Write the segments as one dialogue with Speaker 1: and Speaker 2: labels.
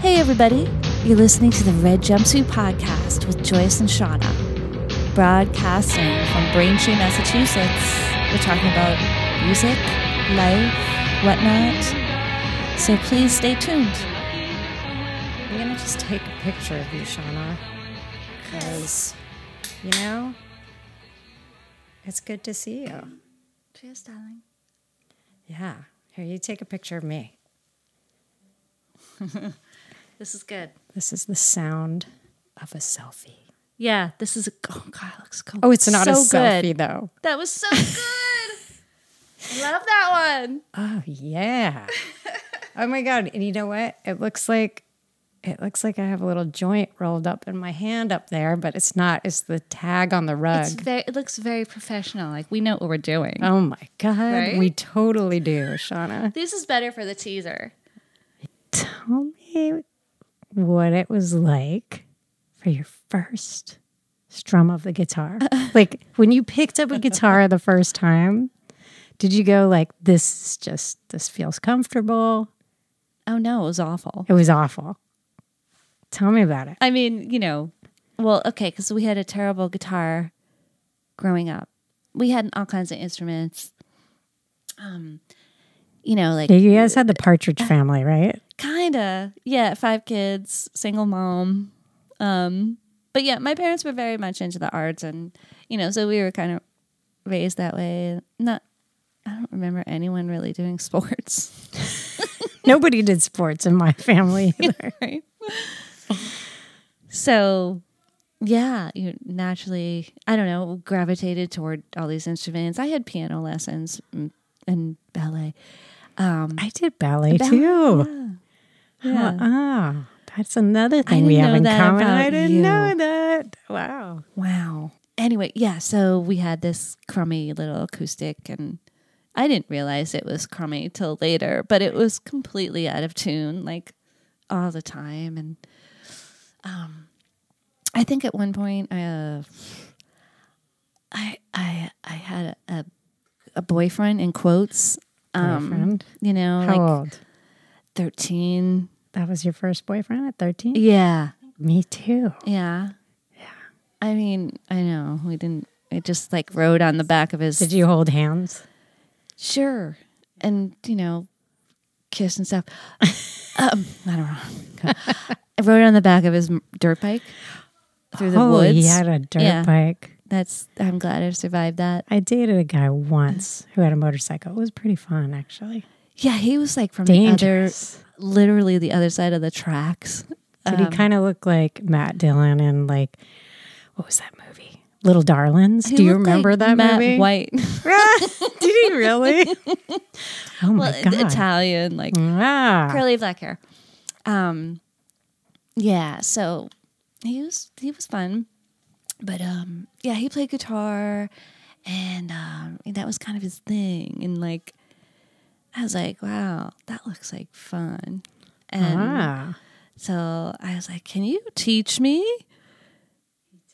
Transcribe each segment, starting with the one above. Speaker 1: Hey, everybody. You're listening to the Red Jumpsuit Podcast with Joyce and Shauna, broadcasting from Braintree, Massachusetts. We're talking about music, life, whatnot. So please stay tuned.
Speaker 2: I'm gonna just take a picture of you, Shauna, because you know it's good to see you.
Speaker 1: Cheers, darling.
Speaker 2: Yeah, here you take a picture of me.
Speaker 1: This is good.
Speaker 2: This is the sound of a selfie.
Speaker 1: Yeah, this is a. Oh, God, it looks cool.
Speaker 2: Oh, it's not a
Speaker 1: So
Speaker 2: selfie
Speaker 1: good.
Speaker 2: though.
Speaker 1: That was so good. I love that one.
Speaker 2: Oh yeah. oh my god! And you know what? It looks like it looks like I have a little joint rolled up in my hand up there, but it's not. It's the tag on the rug.
Speaker 3: It's very, it looks very professional. Like we know what we're doing.
Speaker 2: oh my god!
Speaker 3: Right?
Speaker 2: We totally do, Shauna.
Speaker 3: This is better for the teaser.
Speaker 2: tell me what it was like for your first strum of the guitar. like when you picked up a guitar the first time, did you go like this is just this feels comfortable?
Speaker 3: Oh no, it was awful.
Speaker 2: It was awful. Tell me about it.
Speaker 3: I mean, you know, well, okay, because we had a terrible guitar growing up. We had all kinds of instruments. Um, you know, like
Speaker 2: Yeah, you guys had the
Speaker 3: Uh,
Speaker 2: Partridge family, right?
Speaker 3: kinda, yeah, five kids, single mom. Um, but yeah, my parents were very much into the arts, and you know, so we were kind of raised that way. Not, I don't remember anyone really doing sports.
Speaker 2: Nobody did sports in my family either.
Speaker 3: right? so, yeah, you naturally, I don't know, gravitated toward all these instruments. I had piano lessons and, and ballet. Um,
Speaker 2: I did ballet too.
Speaker 3: Yeah.
Speaker 2: Ah, that's another thing we
Speaker 3: didn't
Speaker 2: have
Speaker 3: know
Speaker 2: in
Speaker 3: that
Speaker 2: common.
Speaker 3: about
Speaker 2: I didn't
Speaker 3: you.
Speaker 2: know that. Wow.
Speaker 3: Wow. Anyway, yeah, so we had this crummy little acoustic, and I didn't realize it was crummy till later, but it was completely out of tune, like all the time. And um, I think at one point, I, uh, I, I, I had a, a, a boyfriend in quotes. Um,
Speaker 2: Boyfriend?
Speaker 3: you know,
Speaker 2: How
Speaker 3: like
Speaker 2: old?
Speaker 3: thirteen.
Speaker 2: That was your first boyfriend at 13?
Speaker 3: Yeah,
Speaker 2: Me too.
Speaker 3: Yeah. Yeah. I mean, I know we didn't. It just like rode on the back of his.
Speaker 2: Did you hold hands?
Speaker 3: Sure. And you know, kiss and stuff. um, I don't know. I rode on the back of his m- dirt bike through the
Speaker 2: oh,
Speaker 3: woods.
Speaker 2: he had a dirt
Speaker 3: Yeah.
Speaker 2: bike.
Speaker 3: That's. I'm glad I survived that.
Speaker 2: I dated a guy once who had a motorcycle. It was pretty fun, actually.
Speaker 3: Yeah, he was like from
Speaker 2: Dangerous.
Speaker 3: the other, literally the other side of the tracks. Um,
Speaker 2: Did he kind of look like Matt Dillon in like what was that movie? Little Darlings.
Speaker 3: He
Speaker 2: Do you
Speaker 3: looked like
Speaker 2: remember that
Speaker 3: Matt
Speaker 2: movie?
Speaker 3: White,
Speaker 2: Did he really? oh my god!
Speaker 3: Italian, like
Speaker 2: Ah.
Speaker 3: curly black hair. Um, yeah, so he was he was fun, but um, yeah, he played guitar, and um, that was kind of his thing. And like, I was like, wow, that looks like fun. And
Speaker 2: Ah.
Speaker 3: so I was like, can you teach me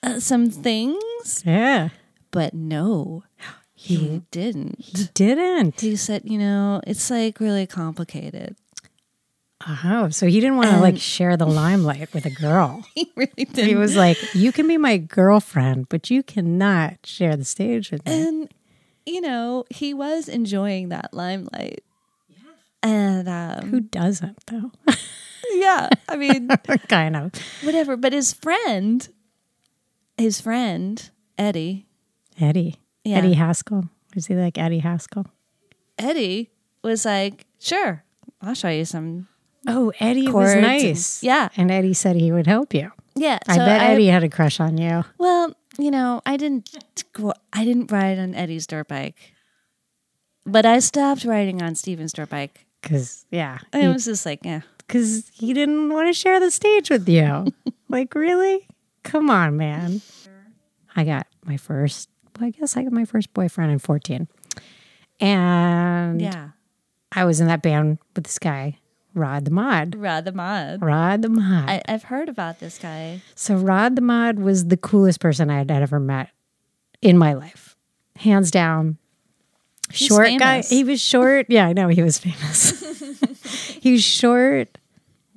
Speaker 3: uh, some things?
Speaker 2: Yeah.
Speaker 3: But no, he didn't.
Speaker 2: Didn't.
Speaker 3: He said, you know, it's like really complicated.
Speaker 2: Oh, so he didn't want to like share the limelight with a girl.
Speaker 3: He really didn't.
Speaker 2: He was like, "You can be my girlfriend, but you cannot share the stage with me."
Speaker 3: And you know, he was enjoying that limelight. And um,
Speaker 2: Who doesn't though?
Speaker 3: yeah, I mean,
Speaker 2: kind of.
Speaker 3: whatever. But his friend, his friend Eddie,
Speaker 2: Eddie.
Speaker 3: Yeah.
Speaker 2: Eddie Haskell. Is he like Eddie Haskell?
Speaker 3: Eddie was like, "Sure, I'll show you some."
Speaker 2: Oh, Eddie
Speaker 3: Chords
Speaker 2: was
Speaker 3: and-
Speaker 2: nice.
Speaker 3: yeah.
Speaker 2: And Eddie said he would help you.
Speaker 3: Yeah,
Speaker 2: I bet Eddie had a crush on you.
Speaker 3: Well, you know, I didn't, go- I didn't ride on Eddie's dirt bike, but I stopped riding on Steven's dirt bike.
Speaker 2: Cause yeah.
Speaker 3: I was just like, "Eh, yeah.
Speaker 2: Cause he didn't want to share the stage with you. like, really? Come on, man. I got my first well, I guess I got my first boyfriend in fourteen. And
Speaker 3: Yeah,
Speaker 2: I was in that band with this guy, Rod the Mod.
Speaker 3: rather mod.
Speaker 2: Rod the Mod.
Speaker 3: I, I've heard about this guy.
Speaker 2: So Rod the Mod was the coolest person I had ever met in my life, hands down. short guy.
Speaker 3: famous.
Speaker 2: He was short. Yeah, I know he was famous. he was short,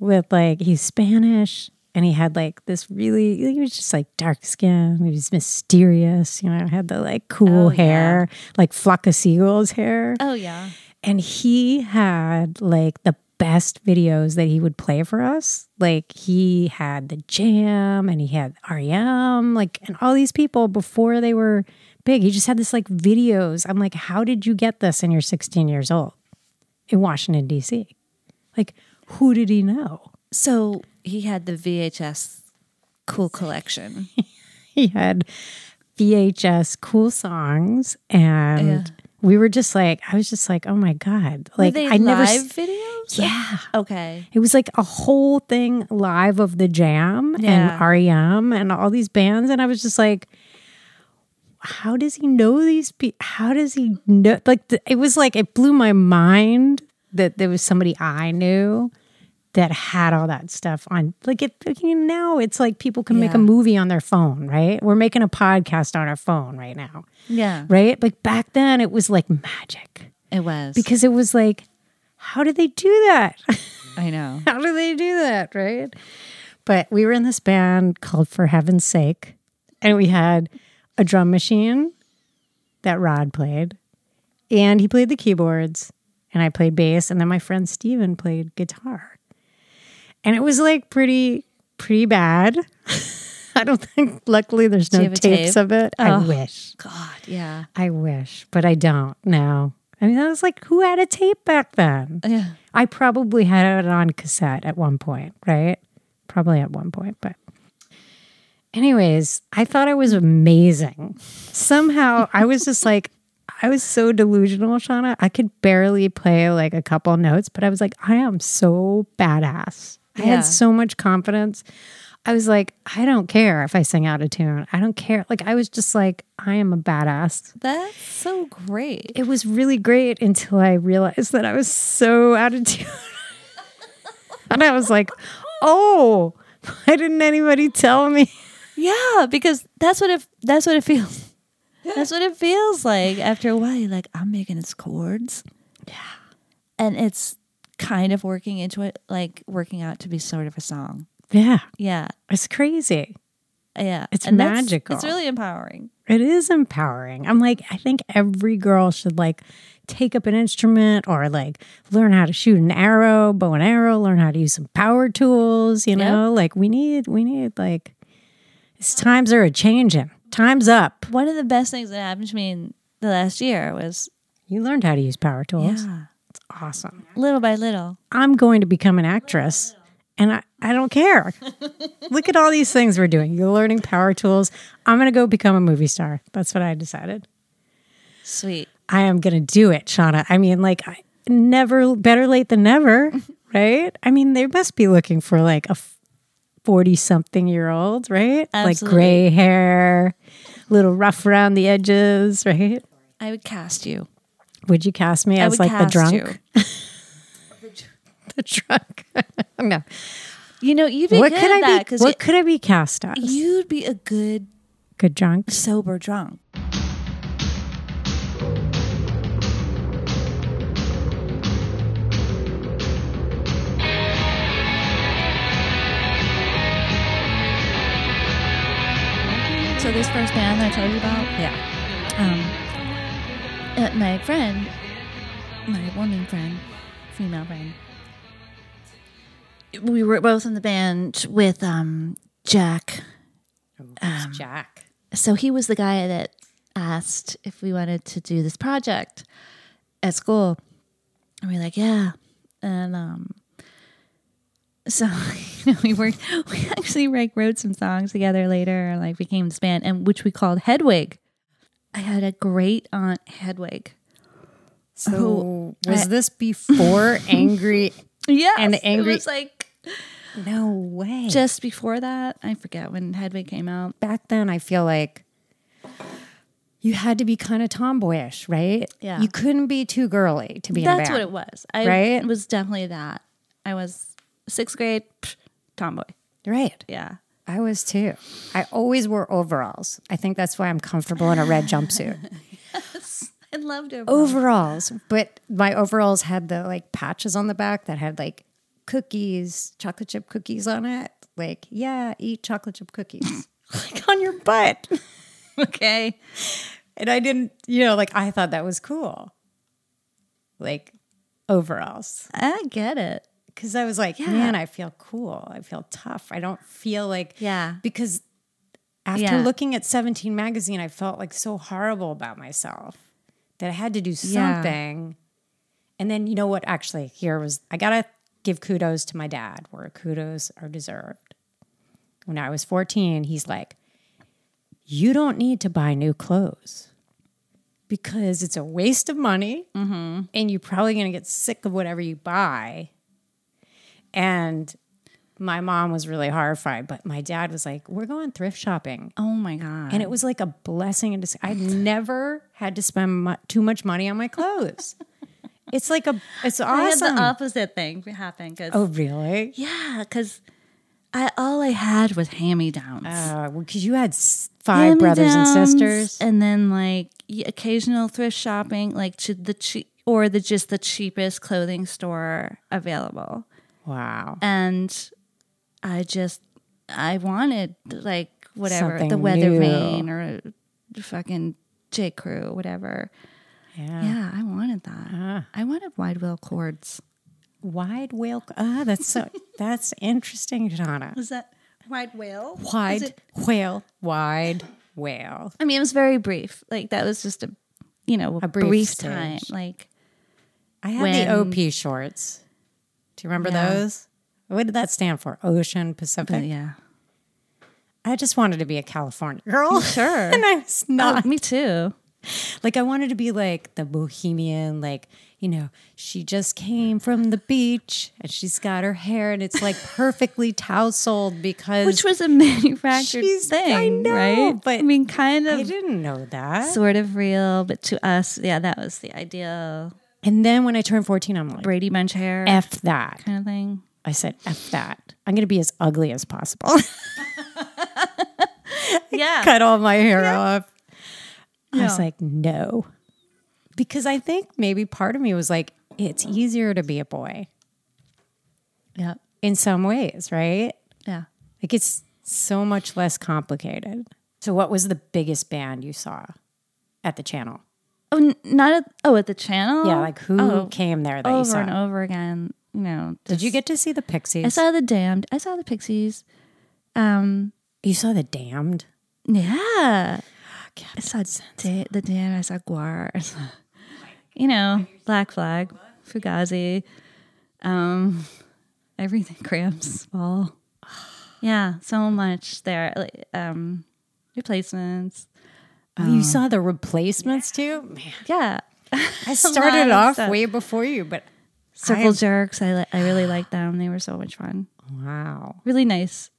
Speaker 2: with like he's Spanish and he had like this really he was just like dark skin. He was mysterious, you know, had the like cool
Speaker 3: Oh, yeah.
Speaker 2: hair, like flock of seagulls hair.
Speaker 3: Oh yeah.
Speaker 2: And he had like the best videos that he would play for us. Like he had the jam and he had REM, like and all these people before they were big. He just had this like videos. I'm like, how did you get this and you're 16 years old in Washington, DC? Like, who did he know?
Speaker 3: So he had the VHS cool collection.
Speaker 2: He had VHS cool songs and
Speaker 3: Yeah.
Speaker 2: we were just like, I was just like, oh my God. Like
Speaker 3: Were they
Speaker 2: I never s-
Speaker 3: live videos?
Speaker 2: Yeah.
Speaker 3: Okay.
Speaker 2: It was like a whole thing live of the jam
Speaker 3: Yeah.
Speaker 2: and REM and all these bands. And I was just like, how does he know these people? How does he know? Like, th- it was like, it blew my mind that there was somebody I knew that had all that stuff on. Like, it, like, you know, now it's like people can make
Speaker 3: Yeah.
Speaker 2: a movie on their phone, right? We're making a podcast on our phone right now,
Speaker 3: Yeah.
Speaker 2: right? Like, back then it was like magic
Speaker 3: It was.
Speaker 2: because it was like, how did they do that?
Speaker 3: I know.
Speaker 2: How do they do that, right? But we were in this band called For Heaven's Sake, and we had a drum machine that Rod played, and he played the keyboards, and I played bass, and then my friend Steven played guitar. And it was like pretty, pretty bad. I don't think, luckily, there's
Speaker 3: you
Speaker 2: no
Speaker 3: have a
Speaker 2: tapes
Speaker 3: tape? Oh,
Speaker 2: of it. I wish.
Speaker 3: God, yeah.
Speaker 2: I wish, but I don't now. I mean, I was like, who had a tape back then?
Speaker 3: Yeah.
Speaker 2: I probably had it on cassette at one point, right? Probably at one point, but anyways, I thought I was amazing. Somehow I was just like I was so delusional, Shauna. I could barely play like a couple notes, but I was like, I am so badass. I
Speaker 3: Yeah.
Speaker 2: had so much confidence. I was like, I don't care if I sing out of tune. I don't care. Like I was just like, I am a badass
Speaker 3: That's so great.
Speaker 2: it was really great until I realized that I was so out of tune. and I was like, oh, why didn't anybody tell me?
Speaker 3: Yeah, because that's what it that's what it feels. That's what it feels like after a while. You're like, I'm making its chords. Yeah. And it's kind of working into it like working out to be sort of a song.
Speaker 2: Yeah,
Speaker 3: Yeah.
Speaker 2: it's crazy.
Speaker 3: Yeah.
Speaker 2: It's
Speaker 3: And that's-
Speaker 2: magical.
Speaker 3: It's really empowering.
Speaker 2: It is empowering. I'm like, I think every girl should like take up an instrument or like learn how to shoot an arrow, bow and arrow, learn how to use some power tools, you know? Like we need, we need like, it's times are a changing. Time's up.
Speaker 3: One of the best things that happened to me in the last year was
Speaker 2: You learned how to use power tools.
Speaker 3: yeah,
Speaker 2: It's awesome.
Speaker 3: little by little.
Speaker 2: I'm going to become an actress and I, I don't care. Look at all these things we're doing. You're learning power tools. I'm going to go become a movie star. That's what I decided.
Speaker 3: Sweet.
Speaker 2: I am going to do it, Shauna. I mean, like, I, never better late than never, right? I mean, they must be looking for like a 40 something year old, right? Like
Speaker 3: Absolutely.
Speaker 2: gray hair, little rough around the edges, right?
Speaker 3: I would cast you.
Speaker 2: Would you cast me
Speaker 3: I
Speaker 2: as
Speaker 3: would
Speaker 2: like the
Speaker 3: cast
Speaker 2: drunk?
Speaker 3: you.
Speaker 2: The drunk. no.
Speaker 3: You know, you'd be
Speaker 2: what
Speaker 3: good
Speaker 2: could
Speaker 3: at
Speaker 2: I
Speaker 3: that
Speaker 2: be?
Speaker 3: because
Speaker 2: What could I be cast as?
Speaker 3: you'd be a good
Speaker 2: Good drunk.
Speaker 3: sober drunk. So this first band that I told you about,
Speaker 2: Yeah.
Speaker 3: um, uh, my friend, my woman friend, female friend, we were both in the band with um, Jack
Speaker 2: Um, Jack.
Speaker 3: so he was the guy that asked if we wanted to do this project at school and we are like yeah and um so you know, we worked we actually like wrote some songs together later and like became this band and which we called hedwig i had a great aunt hedwig
Speaker 2: So
Speaker 3: Oh, I-
Speaker 2: was this before Angry?
Speaker 3: yeah
Speaker 2: And the angry-
Speaker 3: it was like
Speaker 2: No way.
Speaker 3: just before that i forget when hedwig came out
Speaker 2: back then, I feel like you had to be kind of tomboyish, right?
Speaker 3: Yeah.
Speaker 2: You couldn't be too girly to be
Speaker 3: That's
Speaker 2: in
Speaker 3: what
Speaker 2: a
Speaker 3: it
Speaker 2: band.
Speaker 3: was. I
Speaker 2: Right?
Speaker 3: was definitely that. I was sixth grade psh, tomboy.
Speaker 2: Right.
Speaker 3: Yeah.
Speaker 2: I was too. I always wore overalls. I think that's why I'm comfortable in a red jumpsuit.
Speaker 3: I loved it.
Speaker 2: overalls, but my overalls had the like patches on the back that had like cookies, chocolate chip cookies on it. Like, yeah, eat chocolate chip cookies. like on your butt.
Speaker 3: Okay.
Speaker 2: And I didn't, you know, like I thought that was cool. Like overalls.
Speaker 3: I get it.
Speaker 2: Cause I was like, man, I feel cool. I feel tough. I don't feel like,
Speaker 3: Yeah.
Speaker 2: Because after
Speaker 3: Yeah.
Speaker 2: looking at 17 magazine, I felt like so horrible about myself that I had to do
Speaker 3: Yeah.
Speaker 2: something. And then, you know what? Actually, here was, I got to give kudos to my dad where kudos are deserved. When I was 14, he's like, you don't need to buy new clothes because it's a waste of money and you're probably going to get sick of whatever you buy. And my mom was really horrified, but my dad was like, We're going thrift shopping.
Speaker 3: Oh my god.
Speaker 2: And it was like a blessing. And dis- I've never had to spend mu- too much money on my clothes. it's like a, it's
Speaker 3: I had
Speaker 2: awesome.
Speaker 3: the opposite thing happen because
Speaker 2: oh, really?
Speaker 3: yeah, because I all I had was hand me downs.
Speaker 2: Uh, well, cause you had s- five brothers and sisters.
Speaker 3: and then like y- occasional thrift shopping, like to the cheap or the just the cheapest clothing store available.
Speaker 2: Wow.
Speaker 3: and I just I wanted like whatever
Speaker 2: Something
Speaker 3: the Weather
Speaker 2: new.
Speaker 3: Vane or fucking J Crew whatever.
Speaker 2: Yeah.
Speaker 3: Yeah, I wanted that. I wanted wide wheel cords.
Speaker 2: Wide whale. Ah, that's so, that's interesting, Jana.
Speaker 3: Was that wide whale?
Speaker 2: Wide whale. Wide whale.
Speaker 3: I mean, it was very brief. Like that was just a you know a
Speaker 2: brief
Speaker 3: brief, time.
Speaker 2: stage.
Speaker 3: Like
Speaker 2: I had
Speaker 3: when-
Speaker 2: the OP shorts. Do you remember
Speaker 3: Yeah.
Speaker 2: those? What did that stand for? Ocean Pacific.
Speaker 3: but yeah,
Speaker 2: I just wanted to be a California girl.
Speaker 3: sure.
Speaker 2: and I was
Speaker 3: oh,
Speaker 2: not.
Speaker 3: me too.
Speaker 2: Like I wanted to be like the bohemian, like, you know, she just came from the beach and she's got her hair and it's like perfectly tousled because
Speaker 3: Which was a manufactured
Speaker 2: She's- I
Speaker 3: thing,
Speaker 2: know,
Speaker 3: right?
Speaker 2: but
Speaker 3: I mean, kind
Speaker 2: I
Speaker 3: of,
Speaker 2: didn't know that.
Speaker 3: sort of real, but to us, yeah, that was the ideal
Speaker 2: and then when I turned 14, I'm like,
Speaker 3: Brady Bunch hair.
Speaker 2: F that.
Speaker 3: kind of thing.
Speaker 2: I said, F that. I'm going to be as ugly as possible.
Speaker 3: Yeah.
Speaker 2: cut all my hair off. I was
Speaker 3: Yeah.
Speaker 2: like, no. Because I think maybe part of me was like, it's easier to be a boy
Speaker 3: Yeah.
Speaker 2: in some ways, right?
Speaker 3: Yeah.
Speaker 2: Like it's so much less complicated. So, what was the biggest band you saw at the channel?
Speaker 3: Oh, n- not at oh at the channel.
Speaker 2: Yeah, like who
Speaker 3: Oh,
Speaker 2: came there that you
Speaker 3: over
Speaker 2: saw?
Speaker 3: and over again. You know.
Speaker 2: Did you get to see the
Speaker 3: I
Speaker 2: Pixies?
Speaker 3: saw the Damned. I saw the Pixies. Um.
Speaker 2: you saw the Damned.
Speaker 3: Yeah. I saw da- the Damned. I saw Guar. I saw- you know, Black Flag, Fugazi, um, everything. Cramps. All. Yeah. So much there. Like, Um, replacements.
Speaker 2: you saw the Replacements too. Man,
Speaker 3: Um, Yeah.
Speaker 2: I
Speaker 3: lot
Speaker 2: started
Speaker 3: of
Speaker 2: off
Speaker 3: stuff.
Speaker 2: way before you, but
Speaker 3: Circle jerks. I li- I really liked them. They were so much fun.
Speaker 2: wow,
Speaker 3: Really nice.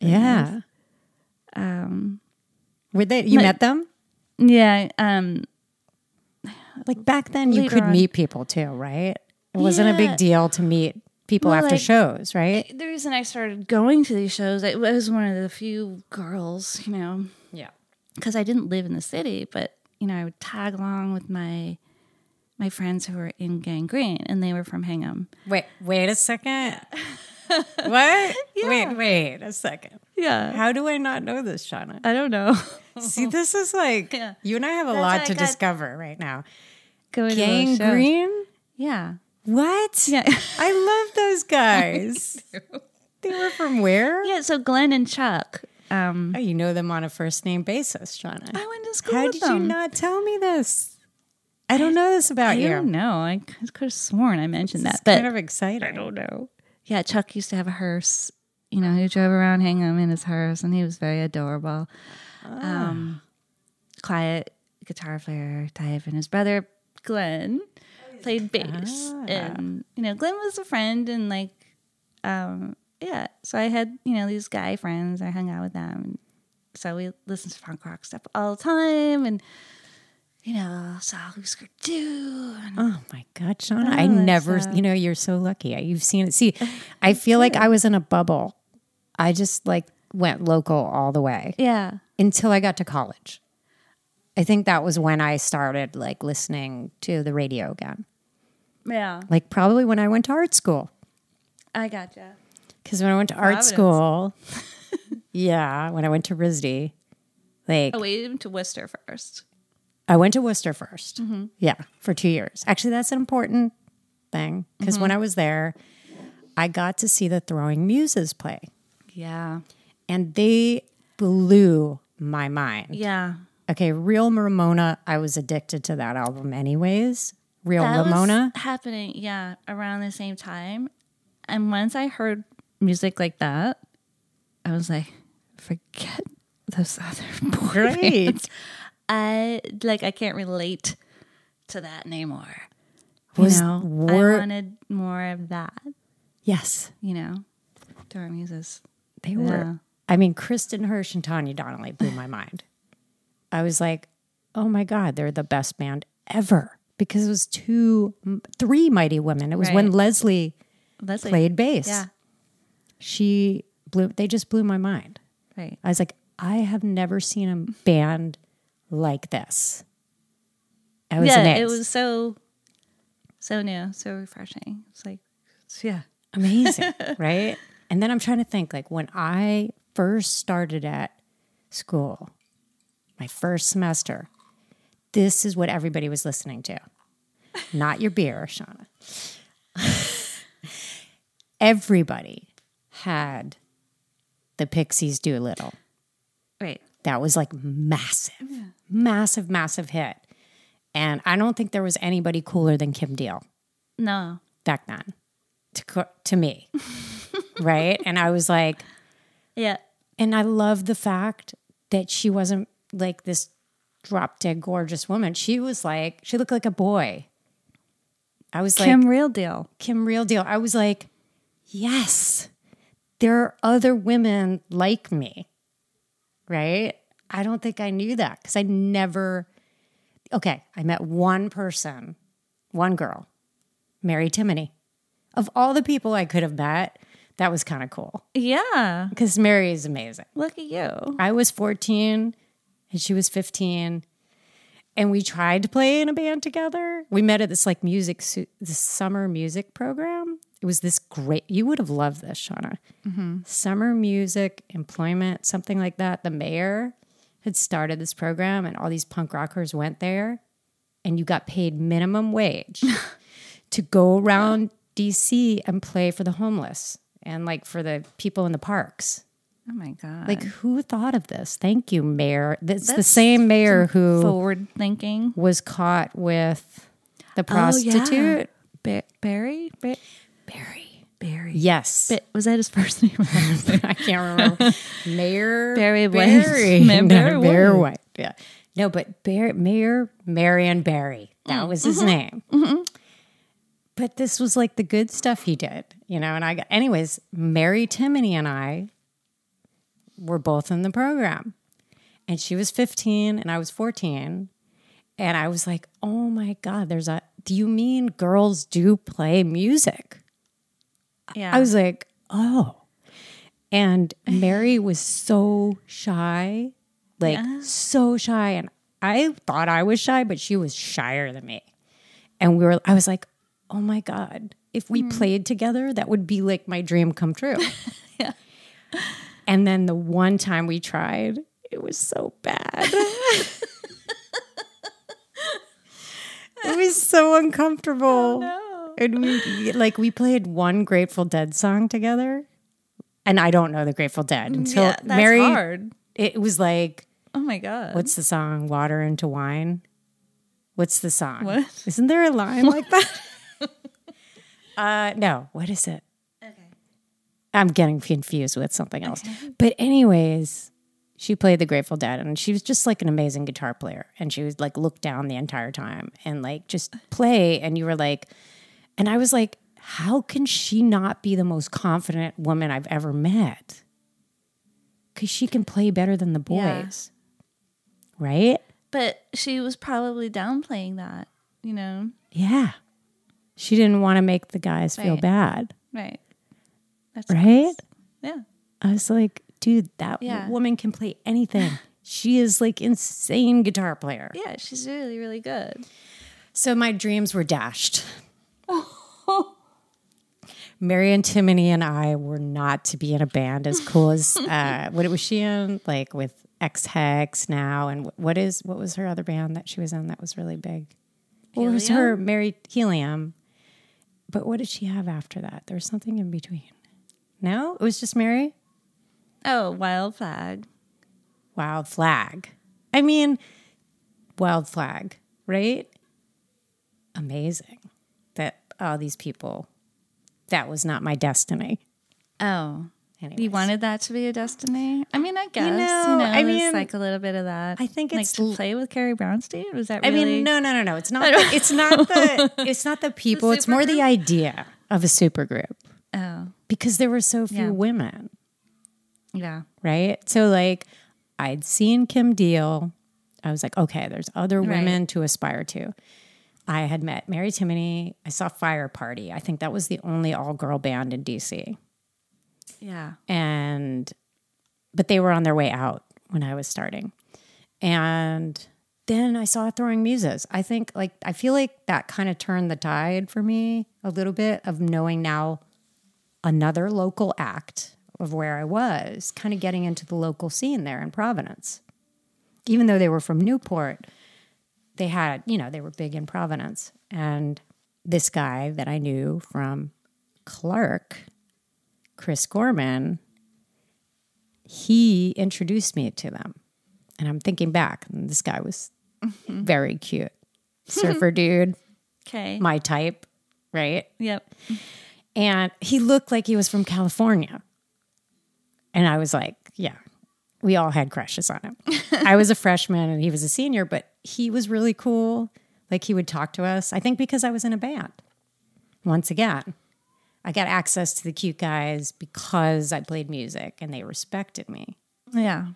Speaker 2: yeah.
Speaker 3: Um,
Speaker 2: Were they? You
Speaker 3: Like-
Speaker 2: met them?
Speaker 3: yeah. Um,
Speaker 2: Like back then, you
Speaker 3: Later
Speaker 2: could
Speaker 3: on.
Speaker 2: meet people too, right? It wasn't a big
Speaker 3: Yeah.
Speaker 2: deal to meet people
Speaker 3: Well,
Speaker 2: after
Speaker 3: like-
Speaker 2: shows, right?
Speaker 3: the reason I started going to these shows, I was one of the few girls, you know,
Speaker 2: Yeah.
Speaker 3: because I didn't live in the city, but you know, I would tag along with my my friends who were in Gang Green, and they were from Hingham.
Speaker 2: Wait, wait a second. what? Wait, wait a second.
Speaker 3: Yeah,
Speaker 2: How do I not know this, Shauna?
Speaker 3: I don't know.
Speaker 2: See, this is like
Speaker 3: Yeah.
Speaker 2: you and I have a
Speaker 3: That's
Speaker 2: lot
Speaker 3: why
Speaker 2: to
Speaker 3: I got-
Speaker 2: discover right now.
Speaker 3: going to those
Speaker 2: Gang
Speaker 3: shows.
Speaker 2: Green?
Speaker 3: Yeah,
Speaker 2: What?
Speaker 3: yeah,
Speaker 2: I love those guys. they were from where?
Speaker 3: yeah. So Glenn and Chuck. Um,
Speaker 2: Oh, you know them on a first name basis, Shauna.
Speaker 3: I went to school
Speaker 2: How
Speaker 3: with
Speaker 2: did
Speaker 3: them.
Speaker 2: you not tell me this? I don't know this about
Speaker 3: I
Speaker 2: you.
Speaker 3: don't know. I could have sworn I mentioned that,
Speaker 2: It's
Speaker 3: but
Speaker 2: kind of exciting.
Speaker 3: know. Yeah, Chuck used to have a hearse. You know, he drove around Hingham in his hearse, and he was very adorable. Um, quiet guitar player type, and his brother Glenn played bass. And you know, Glenn was a friend, and like, um, yeah. So I had you know these guy friends. I hung out with them. And so we listened to punk rock stuff all the time, and you know, saw Husker Du. And
Speaker 2: Oh my God, Shauna. I never, you know, you're so lucky. I- You've seen it. See, I feel like I was in a bubble. I just like went local all the way
Speaker 3: yeah,
Speaker 2: until I got to college. I think that was when I started like listening to the radio again.
Speaker 3: yeah.
Speaker 2: Like probably when I went to art school.
Speaker 3: I gotcha.
Speaker 2: Because when I went to art
Speaker 3: Providence.
Speaker 2: school, yeah, when I went to RISD, like
Speaker 3: Oh, wait to Worcester first.
Speaker 2: I went to Worcester 1st
Speaker 3: Mm-hmm.
Speaker 2: Yeah, for two years. Actually, that's an important thing because
Speaker 3: Mm-hmm.
Speaker 2: when I was there, I got to see the Throwing Muses play,
Speaker 3: Yeah.
Speaker 2: and they blew my mind.
Speaker 3: Yeah.
Speaker 2: Okay, Real Ramona, I was addicted to that album, anyways. Real
Speaker 3: That
Speaker 2: Ramona.
Speaker 3: was happening, yeah, around the same time. And once I heard music like that, I was like, forget those other boy
Speaker 2: Great.
Speaker 3: bands. I like I can't relate to that anymore.
Speaker 2: Was-
Speaker 3: you know,
Speaker 2: were-
Speaker 3: I wanted more of that.
Speaker 2: Yes,
Speaker 3: You know, Dora Muses.
Speaker 2: they were.
Speaker 3: Yeah.
Speaker 2: I mean, Kristen Hirsch and Tanya Donnelly blew my mind. I was like, oh my God, they're the best band ever because it was two, three mighty women. It was when
Speaker 3: Right.
Speaker 2: Leslie
Speaker 3: Leslie,
Speaker 2: played bass.
Speaker 3: Yeah,
Speaker 2: She blew, they just blew my mind.
Speaker 3: right.
Speaker 2: I was like, I have never seen a band like this. I was
Speaker 3: yeah,
Speaker 2: amazed.
Speaker 3: it was so, so new, so refreshing. It's like, yeah,
Speaker 2: amazing, right? And then I'm trying to think like when I first started at school, my first semester, this is what everybody was listening to. Not your beer, Shauna. everybody had the Pixies Doolittle.
Speaker 3: right.
Speaker 2: That was like massive, massive, massive hit. And I don't think there was anybody cooler than Kim Deal
Speaker 3: No,
Speaker 2: back then to co- to me, right? And I was like,
Speaker 3: yeah,
Speaker 2: and I love the fact that she wasn't like this drop dead gorgeous woman. She was like, she looked like a boy. I was like,
Speaker 3: Kim Real Deal.
Speaker 2: Kim, real deal. I was like, yes, there are other women like me, right? I don't think I knew that because I never. Okay, I met one person, one girl, Mary Timony. Of all the people I could have met, that was kind of cool
Speaker 3: Yeah,
Speaker 2: because Mary is amazing.
Speaker 3: look at you. Oh
Speaker 2: I was 14 and she was 15. And we tried to play in a band together. We met at this like music, su- this summer music program. It was this great, you would have loved this, Shauna. Summer music, employment, something like that. The mayor had started this program and all these punk rockers went there and you got paid minimum wage to go around DC and play for the homeless and like for the people in the parks.
Speaker 3: Oh my god!
Speaker 2: Like, who thought of this? Thank you, Mayor. It's the same mayor who
Speaker 3: forward thinking.
Speaker 2: was caught with the
Speaker 3: Oh,
Speaker 2: prostitute.
Speaker 3: Ba- Barry, ba-
Speaker 2: Barry.
Speaker 3: Barry.
Speaker 2: Yes.
Speaker 3: Ba- was that his first name?
Speaker 2: I can't remember. mayor
Speaker 3: Barry White.
Speaker 2: Barry.
Speaker 3: Ma-
Speaker 2: No,
Speaker 3: Barry
Speaker 2: Barry White. Yeah. No, but Bar- Mayor Marion Barry.
Speaker 3: Mm-hmm.
Speaker 2: That was his name. But this was like the good stuff he did, you know. And I, got, anyways, Mary Timony and I were both in the program, and she was 15 and I was 14, and I was like, oh my god, there's a. Do you mean girls do play music?
Speaker 3: yeah,
Speaker 2: I was like, oh. And Mary was so shy, like so shy. And I thought I was shy, but she was shyer than me. And we were, I was like, oh my God, if we played together, that would be like my dream come true. And then the one time we tried, it was so bad. it was so uncomfortable. And we like we played one Grateful Dead song together. And I don't know the Grateful Dead until
Speaker 3: Mm, yeah, that's
Speaker 2: Mary
Speaker 3: hard.
Speaker 2: it was like
Speaker 3: Oh my god!
Speaker 2: what's the song? Water into wine. What's the song?
Speaker 3: What?
Speaker 2: Isn't there a line like that? uh no, what is it?
Speaker 3: Okay.
Speaker 2: I'm getting confused with something else. But anyways, she played the Grateful Dead and she was just like an amazing guitar player and she was like looked down the entire time and like just play and you were like and I was like how can she not be the most confident woman I've ever met? Cuz she can play better than the
Speaker 3: Yeah.
Speaker 2: boys. Right?
Speaker 3: But she was probably downplaying that. You know,
Speaker 2: Yeah. She didn't want to make the guys feel
Speaker 3: Right.
Speaker 2: bad,
Speaker 3: right? That's
Speaker 2: right?
Speaker 3: Yeah.
Speaker 2: I was like, dude, that
Speaker 3: Yeah.
Speaker 2: woman can play anything. she is like insane guitar player.
Speaker 3: Yeah, she's really, really good.
Speaker 2: So my dreams were dashed. Marion Timoney and I were not to be in a band as cool as uh, what was she in? Like with X Hex now, and wh- what is what was her other band that she was in that was really big? What was her Mary Helium? But what did she have after that? There was something in between. No, it was just Mary.
Speaker 3: Oh, Wild Flag.
Speaker 2: Wild Flag. I mean, Wild Flag, right? Amazing that all these people, that was not my destiny.
Speaker 3: Oh.
Speaker 2: Anyways.
Speaker 3: You wanted that to be a destiny? I mean, I guess. You know,
Speaker 2: know, I
Speaker 3: there's
Speaker 2: mean,
Speaker 3: like a little bit of that.
Speaker 2: I think
Speaker 3: like
Speaker 2: it's
Speaker 3: to
Speaker 2: l-
Speaker 3: play with Carrie Brownstein. Was that?
Speaker 2: I
Speaker 3: Really?
Speaker 2: mean, no, no, no, no. It's not. The, it's not the. It's not the people. it's more the idea of a supergroup
Speaker 3: Oh,
Speaker 2: because there were so few
Speaker 3: Yeah.
Speaker 2: women,
Speaker 3: yeah.
Speaker 2: right? So like, I'd seen Kim Deal. I was like, okay, there's other women to aspire to. I had met Mary Timoney. I saw Fire Party. I think that was the only all girl band in DC,
Speaker 3: Yeah.
Speaker 2: and but they were on their way out when I was starting, and then I saw Throwing Muses. I think like I feel like that kind of turned the tide for me a little bit of knowing now another local act of where I was, kind of getting into the local scene there in Providence. Even though they were from Newport, they had, you know, they were big in Providence. And this guy that I knew from Clark, Chris Gorman, he introduced me to them. And I'm thinking back, and this guy was very cute. Surfer dude,
Speaker 3: Okay.
Speaker 2: my type, right?
Speaker 3: Yep.
Speaker 2: and he looked like he was from California. And I was like, yeah, we all had crushes on him. I was a freshman and he was a senior, but he was really cool. Like he would talk to us, I think because I was in a band. Once again, I got access to the cute guys because I played music and they respected me.
Speaker 3: Yeah.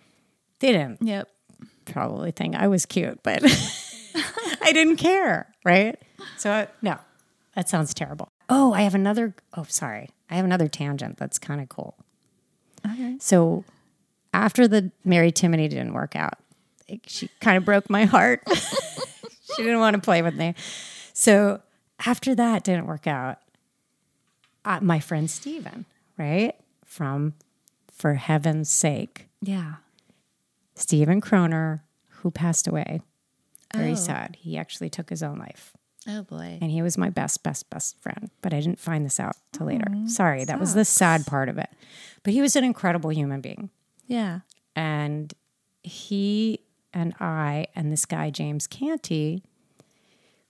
Speaker 2: They didn't
Speaker 3: Yep.
Speaker 2: probably think I was cute, but I didn't care, right? So I, no, that sounds terrible. Oh, I have another. Oh, sorry, I have another tangent that's kind of cool.
Speaker 3: Okay.
Speaker 2: So after the Mary Timony didn't work out, like, she kind of broke my heart. she didn't want to play with me. So after that didn't work out, uh, my friend Steven, right from For Heaven's Sake,
Speaker 3: Yeah.
Speaker 2: Stephen Kroner, who passed away. Very
Speaker 3: Oh.
Speaker 2: sad. He actually took his own life.
Speaker 3: Oh boy.
Speaker 2: And he was my best, best, best friend. But I didn't find this out till later. Sorry, that was the sad part of it. But he was an incredible human being.
Speaker 3: Yeah.
Speaker 2: And he and I and this guy, James Canty,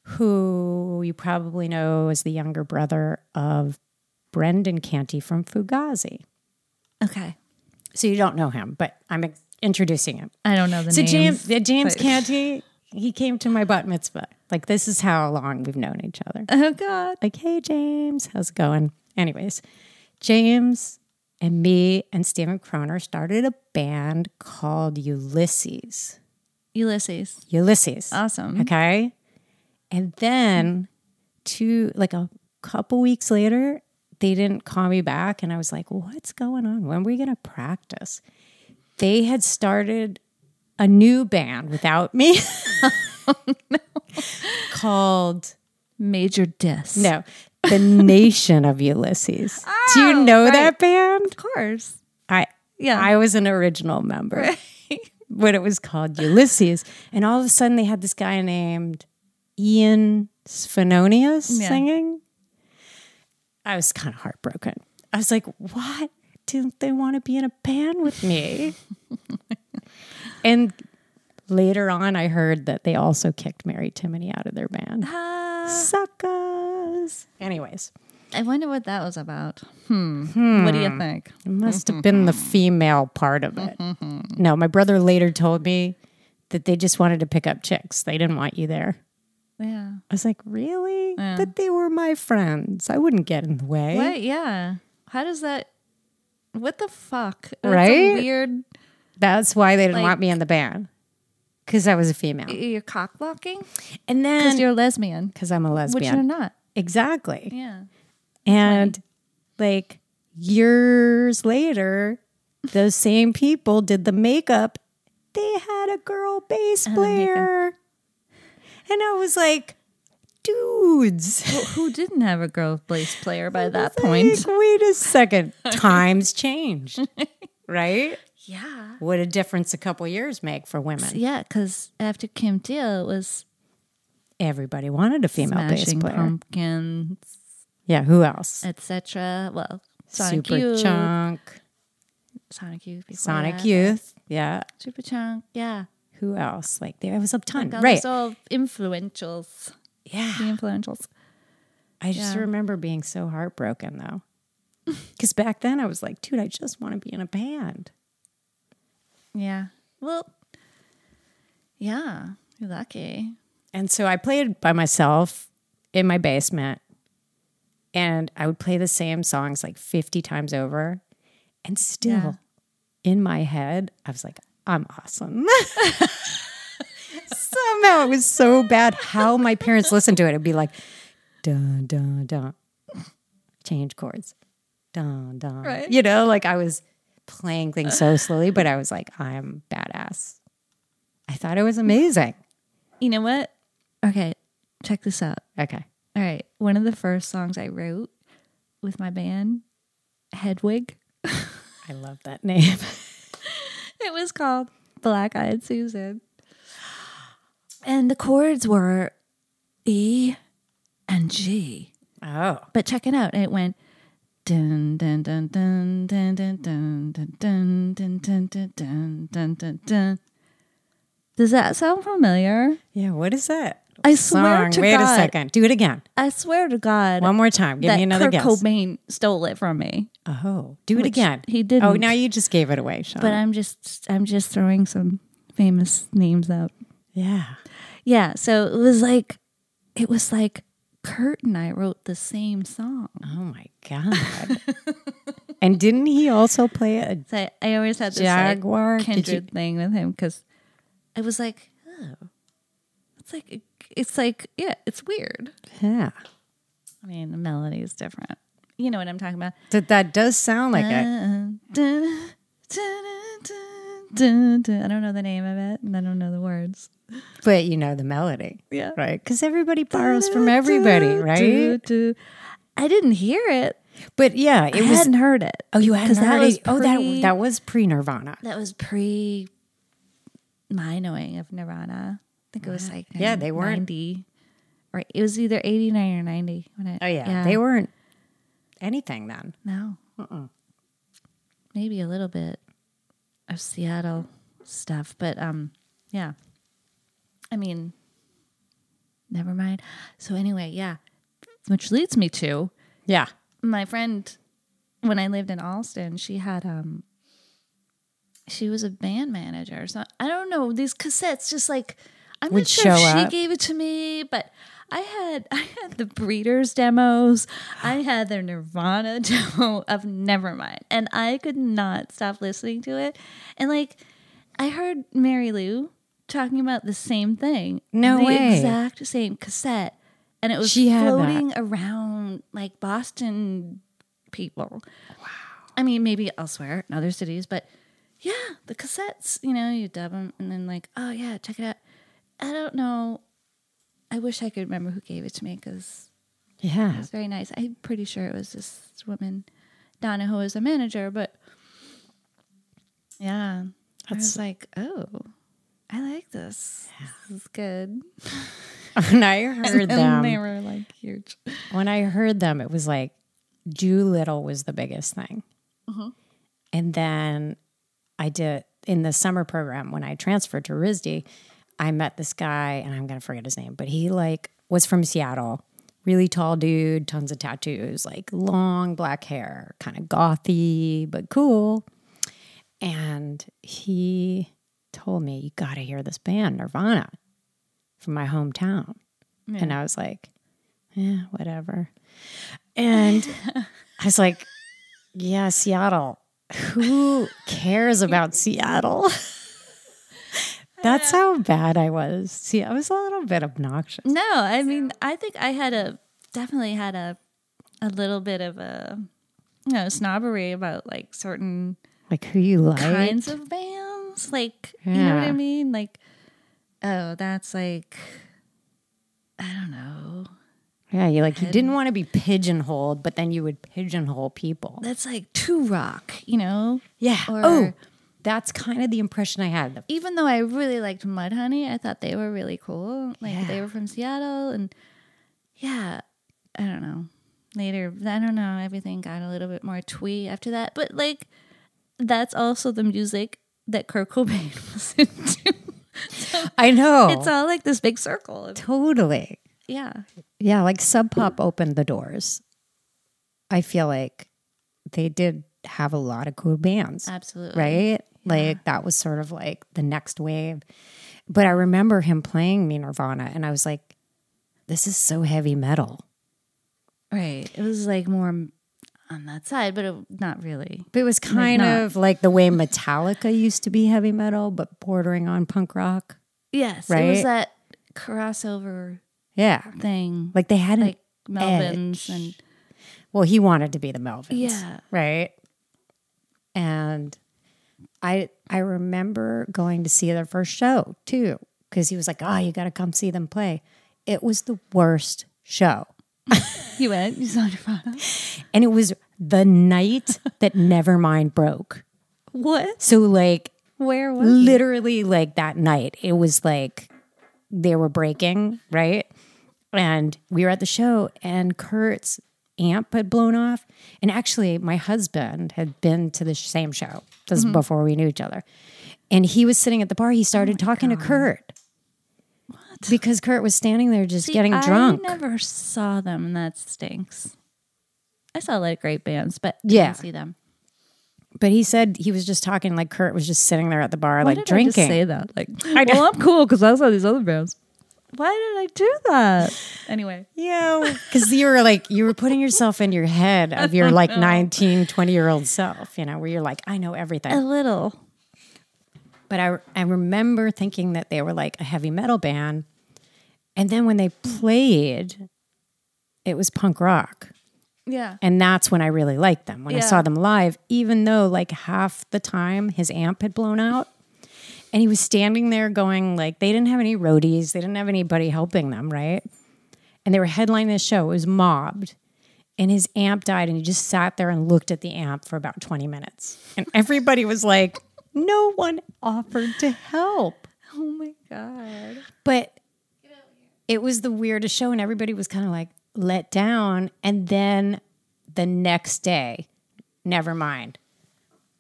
Speaker 2: who you probably know is the younger brother of Brendan Canty from Fugazi.
Speaker 3: Okay.
Speaker 2: So you don't know him, but I'm introducing him.
Speaker 3: I don't know the
Speaker 2: So
Speaker 3: name.
Speaker 2: James, yeah, James
Speaker 3: but-
Speaker 2: Canty, he came to my bat mitzvah. Like this is how long we've known each other.
Speaker 3: Oh God.
Speaker 2: Like, hey James, how's it going? Anyways, James and me and Stephen Kroner started a band called Ulysses.
Speaker 3: Ulysses.
Speaker 2: Ulysses.
Speaker 3: Awesome.
Speaker 2: Okay. And then two like a couple weeks later, they didn't call me back and I was like, "What's going on? When are we going to practice?" They had started a new band without me. Called
Speaker 3: Major Dis.
Speaker 2: no, The Nation of Ulysses. Do you know that band?
Speaker 3: Of course.
Speaker 2: I
Speaker 3: Yeah.
Speaker 2: I was an original member when it was called Ulysses, and all of a sudden they had this guy named Ian Sphenonius
Speaker 3: Yeah.
Speaker 2: singing. I was kind of heartbroken. I was like, "What? Didn't they want to be in a band with me?" and later on, I heard that they also kicked Mary Timony out of their band. Uh,
Speaker 3: Ah.
Speaker 2: Suckers. Anyways,
Speaker 3: I wonder what that was about. Hmm. What do you think?
Speaker 2: It must have been the
Speaker 3: Mm-hmm.
Speaker 2: female part of it. no, my brother later told me that they just wanted to pick up chicks. They didn't want you there.
Speaker 3: Yeah.
Speaker 2: I was like, really? But they were my friends. I wouldn't get in the way.
Speaker 3: What? Yeah. How does that? What the fuck? That's a
Speaker 2: Right?
Speaker 3: weird.
Speaker 2: That's why they didn't
Speaker 3: Like-
Speaker 2: want me in the band because I was a female.
Speaker 3: You're cock blocking
Speaker 2: And
Speaker 3: because
Speaker 2: then
Speaker 3: you're a lesbian,
Speaker 2: because I'm a
Speaker 3: which you're
Speaker 2: lesbian,
Speaker 3: not.
Speaker 2: exactly.
Speaker 3: Yeah.
Speaker 2: And like years later, those same people did the makeup. They had a girl bass player. And I was like, dudes.
Speaker 1: Who didn't have a girl bass player by that point?
Speaker 2: Like, wait a second. Times changed, right?
Speaker 1: Yeah.
Speaker 2: What a difference a couple years make for women.
Speaker 1: Yeah, because after Kim Deal, it was
Speaker 2: Everybody wanted a female bass
Speaker 1: Smashing
Speaker 2: player.
Speaker 1: Pumpkins,
Speaker 2: Yeah, who else?
Speaker 1: etc. Well, Sonic
Speaker 2: Super
Speaker 1: Youth.
Speaker 2: Chunk,
Speaker 1: Sonic Youth. before
Speaker 2: Sonic
Speaker 1: that.
Speaker 2: Youth. Yeah.
Speaker 1: Super Chunk. Yeah.
Speaker 2: Who else? Like there was a ton,
Speaker 1: Got
Speaker 2: right?
Speaker 1: those all influentials.
Speaker 2: Yeah.
Speaker 1: The influentials.
Speaker 2: I just remember being so heartbroken though. Because back then I was like, dude, I just want to be in a band.
Speaker 1: Yeah. Well, yeah. You're lucky.
Speaker 2: And so I played by myself in my basement and I would play the same songs like 50 times over. And still in my head, I was like, I'm awesome. Somehow it was so bad how my parents listened to it. It'd be like, dun, dun, dun, change chords, dun, dun.
Speaker 1: Right.
Speaker 2: You know, like I was playing things so slowly, but I was like, I'm badass. I thought it was amazing.
Speaker 1: You know what? Okay. Check this out.
Speaker 2: Okay.
Speaker 1: All right. One of the first songs I wrote with my band, Hedwig,
Speaker 2: I love that name.
Speaker 1: it was called Black Eyed Susan. And the chords were E and G.
Speaker 2: Oh.
Speaker 1: But check it out. It went dun dun dun dun dun dun dun dun dun dun dun dun dun dun dun dun. Does that sound familiar?
Speaker 2: Yeah, what is that?
Speaker 1: I swear
Speaker 2: Song.
Speaker 1: to
Speaker 2: Wait
Speaker 1: God.
Speaker 2: a second. Do it again.
Speaker 1: I swear to God,
Speaker 2: One more time. Give
Speaker 1: that
Speaker 2: me another
Speaker 1: Kurt
Speaker 2: guess.
Speaker 1: Cobain stole it from me.
Speaker 2: oh. Do it again.
Speaker 1: he
Speaker 2: Oh,
Speaker 1: didn't.
Speaker 2: now you just gave it away, Sean.
Speaker 1: But I'm just I'm just throwing some famous names out.
Speaker 2: yeah.
Speaker 1: Yeah, so it was like it was like Kurt and I wrote the same song.
Speaker 2: Oh my God. and didn't he also play a
Speaker 1: So I, I always had this like,
Speaker 2: Jaguar? Did you-
Speaker 1: kindred thing with him because it was like, oh, it's like it's like yeah, it's weird.
Speaker 2: Yeah.
Speaker 1: I mean, the melody is different. You know what I'm talking about?
Speaker 2: That that does sound like
Speaker 1: Uh.
Speaker 2: it.
Speaker 1: Dun, dun, dun, dun, dun, dun. I don't know the name of it, and I don't know the words.
Speaker 2: But you know the melody.
Speaker 1: Yeah.
Speaker 2: Right. Because everybody borrows from everybody, right?
Speaker 1: I didn't hear it.
Speaker 2: But yeah, it
Speaker 1: I
Speaker 2: was
Speaker 1: hadn't heard it.
Speaker 2: Oh, you hadn't
Speaker 1: 'Cause that
Speaker 2: heard
Speaker 1: was
Speaker 2: it. Oh, that
Speaker 1: pre-
Speaker 2: that was pre Nirvana.
Speaker 1: That was pre my knowing of Nirvana. I think it was like
Speaker 2: Yeah,
Speaker 1: in
Speaker 2: they weren't-
Speaker 1: ninety, or it was either eighty nine or ninety. When I,
Speaker 2: Oh yeah. They weren't anything then.
Speaker 1: no,
Speaker 2: Uh-uh.
Speaker 1: maybe a little bit of Seattle stuff, but um, yeah. I mean, never mind. So anyway, yeah, which leads me to
Speaker 2: Yeah.
Speaker 1: my friend when I lived in Alston, she had um she was a band manager. So I don't know, these cassettes just like I'm
Speaker 2: Would
Speaker 1: not sure if
Speaker 2: show
Speaker 1: she
Speaker 2: up.
Speaker 1: gave it to me, but I had I had the Breeders demos. I had their Nirvana demo of Nevermind. And I could not stop listening to it. And like I heard Mary Lou talking about the same thing.
Speaker 2: No
Speaker 1: the
Speaker 2: way.
Speaker 1: exact same cassette. And it was
Speaker 2: She had that.
Speaker 1: floating around like Boston people. Wow. I mean, maybe elsewhere in other cities, but yeah, the cassettes, you know, you dub them and then like, oh yeah, check it out. I don't know. I wish I could remember who gave it to me because
Speaker 2: Yeah.
Speaker 1: it's very nice. I'm pretty sure it was this woman, Donna, who was a manager, but yeah. I was like, oh, I like this. This is good.
Speaker 2: when I heard
Speaker 1: And they
Speaker 2: them,
Speaker 1: were like huge.
Speaker 2: when I heard them, it was like Doolittle was the biggest thing, and then I did in the summer program when I transferred to RISD. I met this guy, and I'm gonna forget his name, but he like was from Seattle, really tall dude, tons of tattoos, like long black hair, kind of gothy but cool. And he told me, "You gotta hear this band, Nirvana, from my hometown." And I was like, yeah, whatever. And I was like, yeah, Seattle. Who cares about Seattle? That's how bad I was. See, I was a little bit obnoxious.
Speaker 1: No, I mean, I think I had a definitely had a a little bit of a you know snobbery about like certain
Speaker 2: Like who you like?
Speaker 1: kinds of bands. Like you know what I
Speaker 2: Yeah.
Speaker 1: mean? Like oh, that's like I don't know.
Speaker 2: Yeah, you like you didn't want to be pigeonholed, but then you would pigeonhole people.
Speaker 1: That's like too rock, you know?
Speaker 2: Yeah.
Speaker 1: Or-
Speaker 2: oh, that's kind of the impression I had.
Speaker 1: Even though I really liked Mudhoney, I thought they were really cool. Like they were from Seattle and yeah, I don't know. Later, I don't know, everything got a little bit more twee after that, but like that's also the music that Kurt Cobain was into.
Speaker 2: I know.
Speaker 1: It's all like this big circle. of-
Speaker 2: totally.
Speaker 1: yeah.
Speaker 2: Yeah, like Sub Pop opened the doors. I feel like they did have a lot of cool bands.
Speaker 1: Absolutely.
Speaker 2: Right? Like that was sort of like the next wave. But I remember him playing me Nirvana and I was like, this is so heavy metal.
Speaker 1: Right. It was like more on that side, but it, not really.
Speaker 2: But it was kind
Speaker 1: not-
Speaker 2: of like the way Metallica used to be heavy metal, but bordering on punk rock.
Speaker 1: Yes. It
Speaker 2: Right?
Speaker 1: was that crossover
Speaker 2: Yeah.
Speaker 1: thing.
Speaker 2: Like they had an
Speaker 1: like Melvin's and
Speaker 2: Well, he wanted to be the Melvins.
Speaker 1: Yeah.
Speaker 2: Right. And I I remember going to see their first show too, because he was like, Oh, you gotta come see them play. It was the worst show.
Speaker 1: you went, you saw Nirvana.
Speaker 2: And it was the night that Nevermind broke.
Speaker 1: What?
Speaker 2: So like
Speaker 1: Where was
Speaker 2: literally like that night it was like they were breaking right and we were at the show and kurt's amp had blown off and actually my husband had been to the same show this
Speaker 1: Mm-hmm.
Speaker 2: is before we knew each other and he was sitting at the bar he started
Speaker 1: Oh
Speaker 2: talking to kurt because kurt was standing there just getting drunk
Speaker 1: I never saw them, and that stinks. I saw a lot of great bands, but
Speaker 2: Yeah.
Speaker 1: yeah, didn't see them.
Speaker 2: but he said he was just talking like kurt was just sitting there at the bar
Speaker 1: Why
Speaker 2: like
Speaker 1: did I just
Speaker 2: drinking
Speaker 1: say that, like, well, I'm cool because I saw these other bands. Why did I do that? Anyway,
Speaker 2: Yeah. Because you were like, you were putting yourself in your head of your like 19, 20 year old self, you know, where you're like, I know
Speaker 1: a
Speaker 2: everything.
Speaker 1: little.
Speaker 2: But I, I remember thinking that they were like a heavy metal band. And then when they played, it was punk rock.
Speaker 1: Yeah.
Speaker 2: And that's when I really liked them, when I
Speaker 1: Yeah.
Speaker 2: saw them live, even though like half the time his amp had blown out. And he was standing there going, like, they didn't have any roadies, they didn't have anybody helping them, right? And they were headlining this show, it was mobbed. And his amp died, and he just sat there and looked at the amp for about 20 minutes. And everybody was like, no one offered to help.
Speaker 1: Oh my god.
Speaker 2: But it was the weirdest show, and everybody was kind of like let down. And then the next day, never mind,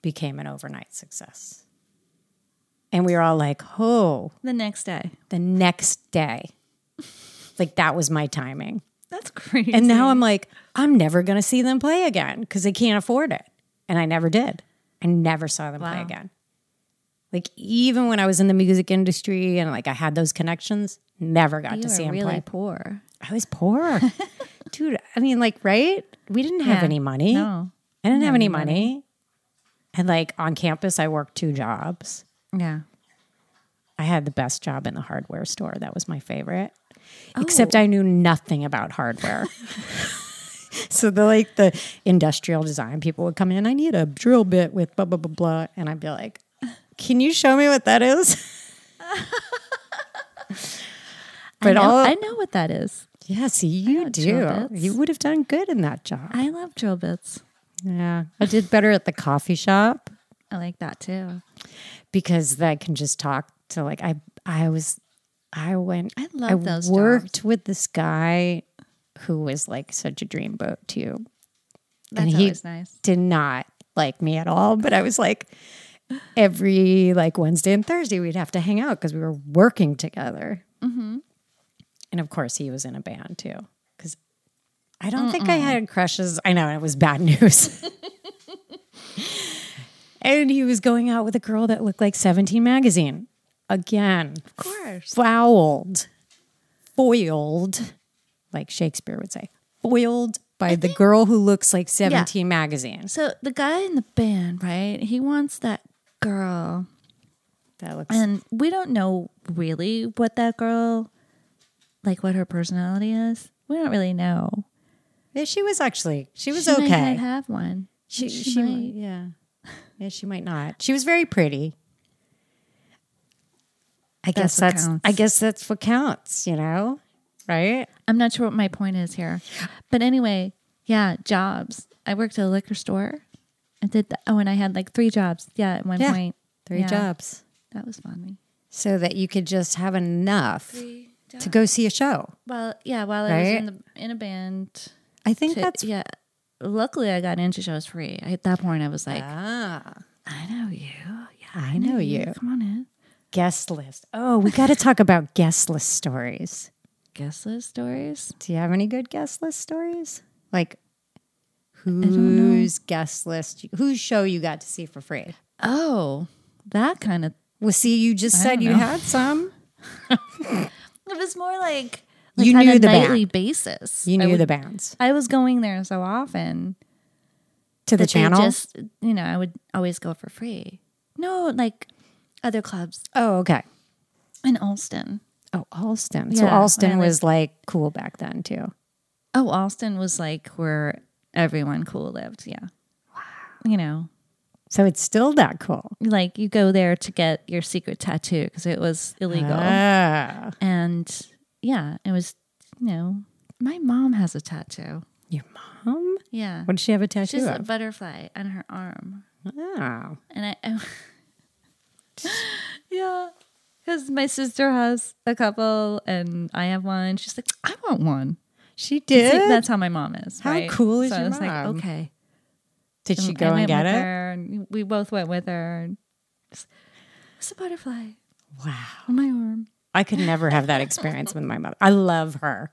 Speaker 2: became an overnight success. And we were all like, oh,
Speaker 1: The next day.
Speaker 2: the next day. like that was my timing.
Speaker 1: That's crazy.
Speaker 2: And now I'm like, I'm never going to see them play again because they can't afford it. And I never did. I never saw them play
Speaker 1: Wow.
Speaker 2: again. Like, even when I was in the music industry and like I had those connections, never got
Speaker 1: you
Speaker 2: to
Speaker 1: are
Speaker 2: see them
Speaker 1: really
Speaker 2: play.
Speaker 1: poor.
Speaker 2: I was poor. Dude, I mean, like, right? We didn't have
Speaker 1: Yeah.
Speaker 2: any money.
Speaker 1: No.
Speaker 2: I didn't have any money. And like on campus, I worked two jobs.
Speaker 1: Yeah.
Speaker 2: I had the best job in the hardware store. That was my favorite. Except I knew nothing about hardware. so the like the industrial design people would come in, I need a drill bit with blah blah blah blah. And I'd be like, Can you show me what that is?
Speaker 1: I
Speaker 2: but
Speaker 1: know,
Speaker 2: all
Speaker 1: I know what that is.
Speaker 2: yeah, see you
Speaker 1: know
Speaker 2: do.
Speaker 1: drill bits.
Speaker 2: You would have done good in that job.
Speaker 1: I love drill bits.
Speaker 2: Yeah. I did better at the coffee shop
Speaker 1: I like that too.
Speaker 2: because then I can just talk to like I I was I went
Speaker 1: I love those
Speaker 2: worked with this guy who was like such a dreamboat too.
Speaker 1: That's
Speaker 2: he-
Speaker 1: always nice.
Speaker 2: Did not like me at all, but I was like every like Wednesday and Thursday we'd have to hang out because we were working together.
Speaker 1: Mm-hmm.
Speaker 2: And of course he was in a band too because I don't think I had crushes. I know it was bad news. and he was going out with a girl that looked like 17 magazine again
Speaker 1: Of course.
Speaker 2: fouled, foiled, like Shakespeare would say, foiled by the girl who looks like 17 magazine.
Speaker 1: So the guy in the band, right? He wants that girl,
Speaker 2: That looks
Speaker 1: and we don't know really what that girl, like what her personality is. We don't really know.
Speaker 2: Yeah, she was actually she was
Speaker 1: she might
Speaker 2: okay.
Speaker 1: not have one.
Speaker 2: she,
Speaker 1: She
Speaker 2: she might.
Speaker 1: might.
Speaker 2: yeah. Yeah, she might not. She was very pretty. I guess
Speaker 1: That's what
Speaker 2: that's
Speaker 1: counts.
Speaker 2: I guess that's what counts, you know? right?
Speaker 1: I'm not sure what my point is here. But anyway, yeah, jobs. I worked at a liquor store. I did that. Oh, and I had like three jobs. Yeah, at one
Speaker 2: Yeah,
Speaker 1: point.
Speaker 2: Three
Speaker 1: Yeah,
Speaker 2: jobs.
Speaker 1: That was funny.
Speaker 2: So that you could just have enough to go see a show.
Speaker 1: Well, yeah, while I was
Speaker 2: Right?
Speaker 1: in, the, in a band.
Speaker 2: I think
Speaker 1: to-
Speaker 2: that's
Speaker 1: yeah. Luckily, I got into shows free. At that point, I was like,
Speaker 2: ah,
Speaker 1: I know you. Yeah,
Speaker 2: I know you.
Speaker 1: Come on in.
Speaker 2: Guest list. Oh, we got to talk about guest list stories.
Speaker 1: Guess those stories.
Speaker 2: Do you have any good guest list stories? Like whose guest list, whose show you got to see for free?
Speaker 1: Oh, that kind of.
Speaker 2: Well, see, you just said
Speaker 1: don't
Speaker 2: you
Speaker 1: know.
Speaker 2: had some.
Speaker 1: It was more like, like
Speaker 2: You
Speaker 1: on
Speaker 2: knew
Speaker 1: a
Speaker 2: the band.
Speaker 1: nightly basis.
Speaker 2: You
Speaker 1: I
Speaker 2: knew
Speaker 1: would-
Speaker 2: the bands
Speaker 1: I was going there so often
Speaker 2: to the
Speaker 1: that they
Speaker 2: channel.
Speaker 1: Just you know, I would always go for free. No, like other clubs
Speaker 2: oh, okay.
Speaker 1: in Alston.
Speaker 2: Oh, Alston. so
Speaker 1: Yeah,
Speaker 2: Alston
Speaker 1: when I
Speaker 2: was like cool back then too.
Speaker 1: Oh, Alston was like where everyone cool lived. Yeah. You know,
Speaker 2: So it's still that cool.
Speaker 1: like you go there to get your secret tattoo because it was illegal.
Speaker 2: Ah,
Speaker 1: and yeah, it was, you know, my mom has a tattoo.
Speaker 2: your mom?
Speaker 1: Yeah.
Speaker 2: What did she have a tattoo
Speaker 1: She's a
Speaker 2: of?
Speaker 1: butterfly on her arm.
Speaker 2: Oh.
Speaker 1: And I, I yeah, because my sister has a couple and I have one. She's like, I want one.
Speaker 2: She
Speaker 1: It's
Speaker 2: did.
Speaker 1: like, that's how my mom is.
Speaker 2: How
Speaker 1: right?
Speaker 2: cool is
Speaker 1: so
Speaker 2: your
Speaker 1: I was like,
Speaker 2: mom?
Speaker 1: okay.
Speaker 2: did she
Speaker 1: I
Speaker 2: go and
Speaker 1: went
Speaker 2: get
Speaker 1: with
Speaker 2: it?
Speaker 1: her, and we both went with her. And just, it's a butterfly
Speaker 2: Wow.
Speaker 1: on my arm.
Speaker 2: I could never have that experience with my mother. I love her,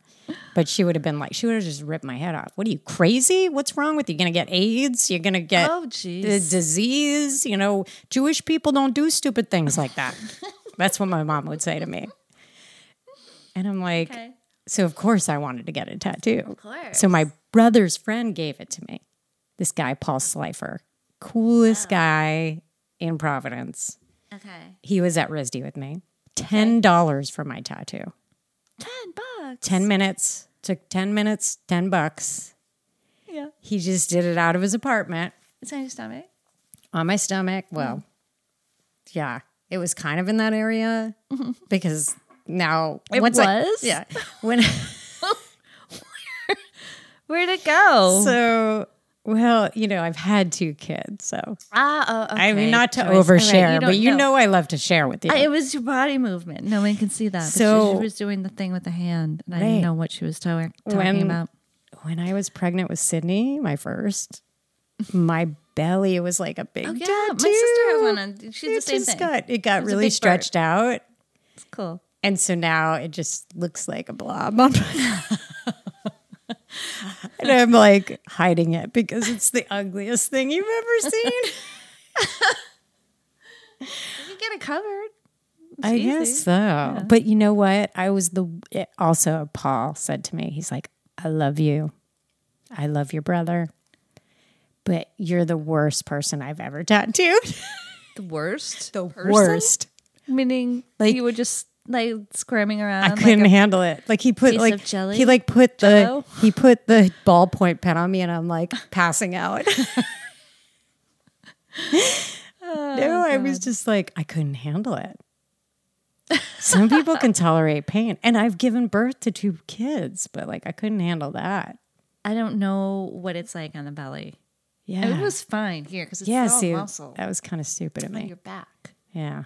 Speaker 2: but she would have been like, she would have just ripped my head off. What are you crazy? What's wrong with you? You're gonna get AIDS? You're gonna get
Speaker 1: Oh,
Speaker 2: the
Speaker 1: jeez.
Speaker 2: disease? You know, Jewish people don't do stupid things like that. That's what my mom would say to me. And I'm like,
Speaker 1: Okay.
Speaker 2: so of course I wanted to get a tattoo. Of
Speaker 1: course.
Speaker 2: So my brother's friend gave it to me. This guy, Paul Slifer, coolest
Speaker 1: Oh.
Speaker 2: guy in Providence.
Speaker 1: Okay.
Speaker 2: He was at RISD with me. Ten dollars for my tattoo.
Speaker 1: 10 bucks.
Speaker 2: Ten minutes. Took ten minutes. Ten bucks.
Speaker 1: Yeah.
Speaker 2: He just did it out of his apartment
Speaker 1: It's on your stomach.
Speaker 2: on my stomach. Well, yeah, it was kind of in that area because now
Speaker 1: Mm-hmm. It
Speaker 2: once I-
Speaker 1: was?
Speaker 2: yeah, when
Speaker 1: Where'd it go?
Speaker 2: so well, you know, I've had two kids, so
Speaker 1: ah, oh, okay.
Speaker 2: I mean, not to
Speaker 1: Joyce. All right,
Speaker 2: overshare,
Speaker 1: you don't
Speaker 2: but you know. I love to share with you.
Speaker 1: I- it was your body movement. No one can see that. But she-
Speaker 2: So-
Speaker 1: she, was doing the thing with the hand, and I
Speaker 2: Right.
Speaker 1: didn't know what she was to- talking
Speaker 2: When-
Speaker 1: about.
Speaker 2: when I was pregnant with Sydney, my first, my belly was like a big
Speaker 1: Oh, yeah, my
Speaker 2: tattoo.
Speaker 1: sister has one on- she did the
Speaker 2: It
Speaker 1: same
Speaker 2: just
Speaker 1: thing.
Speaker 2: Got, it got
Speaker 1: was a
Speaker 2: really
Speaker 1: big bird.
Speaker 2: stretched out,
Speaker 1: It's cool.
Speaker 2: and so now it just looks like a blob. On my- and I'm like hiding it because it's the ugliest thing you've ever seen.
Speaker 1: You get it covered.
Speaker 2: I guess so. But you know what? I was the it- also Paul said to me, he's like, "I love you. I love your brother. But you're the worst person I've ever tattooed.
Speaker 1: The worst.
Speaker 2: The worst.
Speaker 1: Meaning,
Speaker 2: Like-
Speaker 1: you were just like squirming around.
Speaker 2: I couldn't handle it. Like he put
Speaker 1: piece
Speaker 2: like
Speaker 1: of jelly?
Speaker 2: he like put the
Speaker 1: Jello?
Speaker 2: he put the ballpoint pen on me and I'm like passing out.
Speaker 1: Oh,
Speaker 2: no, I was just like I couldn't handle it. Some people can tolerate pain and I've given birth to two kids, but like I couldn't handle that.
Speaker 1: I don't know what it's like on the belly.
Speaker 2: Yeah.
Speaker 1: It was fine here because it's
Speaker 2: yeah,
Speaker 1: all
Speaker 2: see,
Speaker 1: muscle
Speaker 2: that was kind of stupid of
Speaker 1: on
Speaker 2: me.
Speaker 1: your back.
Speaker 2: Yeah.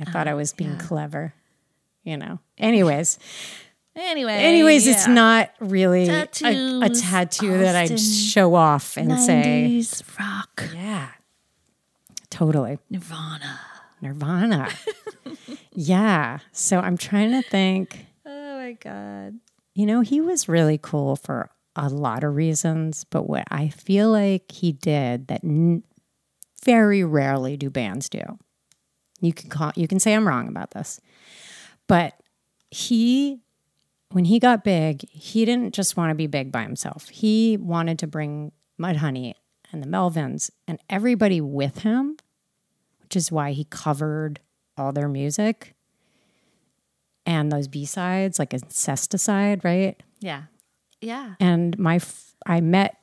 Speaker 2: I thought
Speaker 1: Oh,
Speaker 2: I was being clever, you know. Anyways,
Speaker 1: Anyway.
Speaker 2: Anyways, it's
Speaker 1: yeah.
Speaker 2: not really a, a
Speaker 1: Tattoos,
Speaker 2: tattoo that I
Speaker 1: Austin,
Speaker 2: show off and say,
Speaker 1: 90s rock.
Speaker 2: yeah, totally
Speaker 1: Nirvana.
Speaker 2: Nirvana. yeah. So I'm trying to think,
Speaker 1: Oh my god.
Speaker 2: you know, he was really cool for a lot of reasons, but what I feel like he did that n- very rarely do bands do. You can call you can say I'm wrong about this. But he when he got big, he didn't just want to be big by himself. He wanted to bring Mudhoney and the Melvins and everybody with him, which is why he covered all their music and those B-sides like Incesticide, right?
Speaker 1: Yeah. Yeah.
Speaker 2: And my, f- I met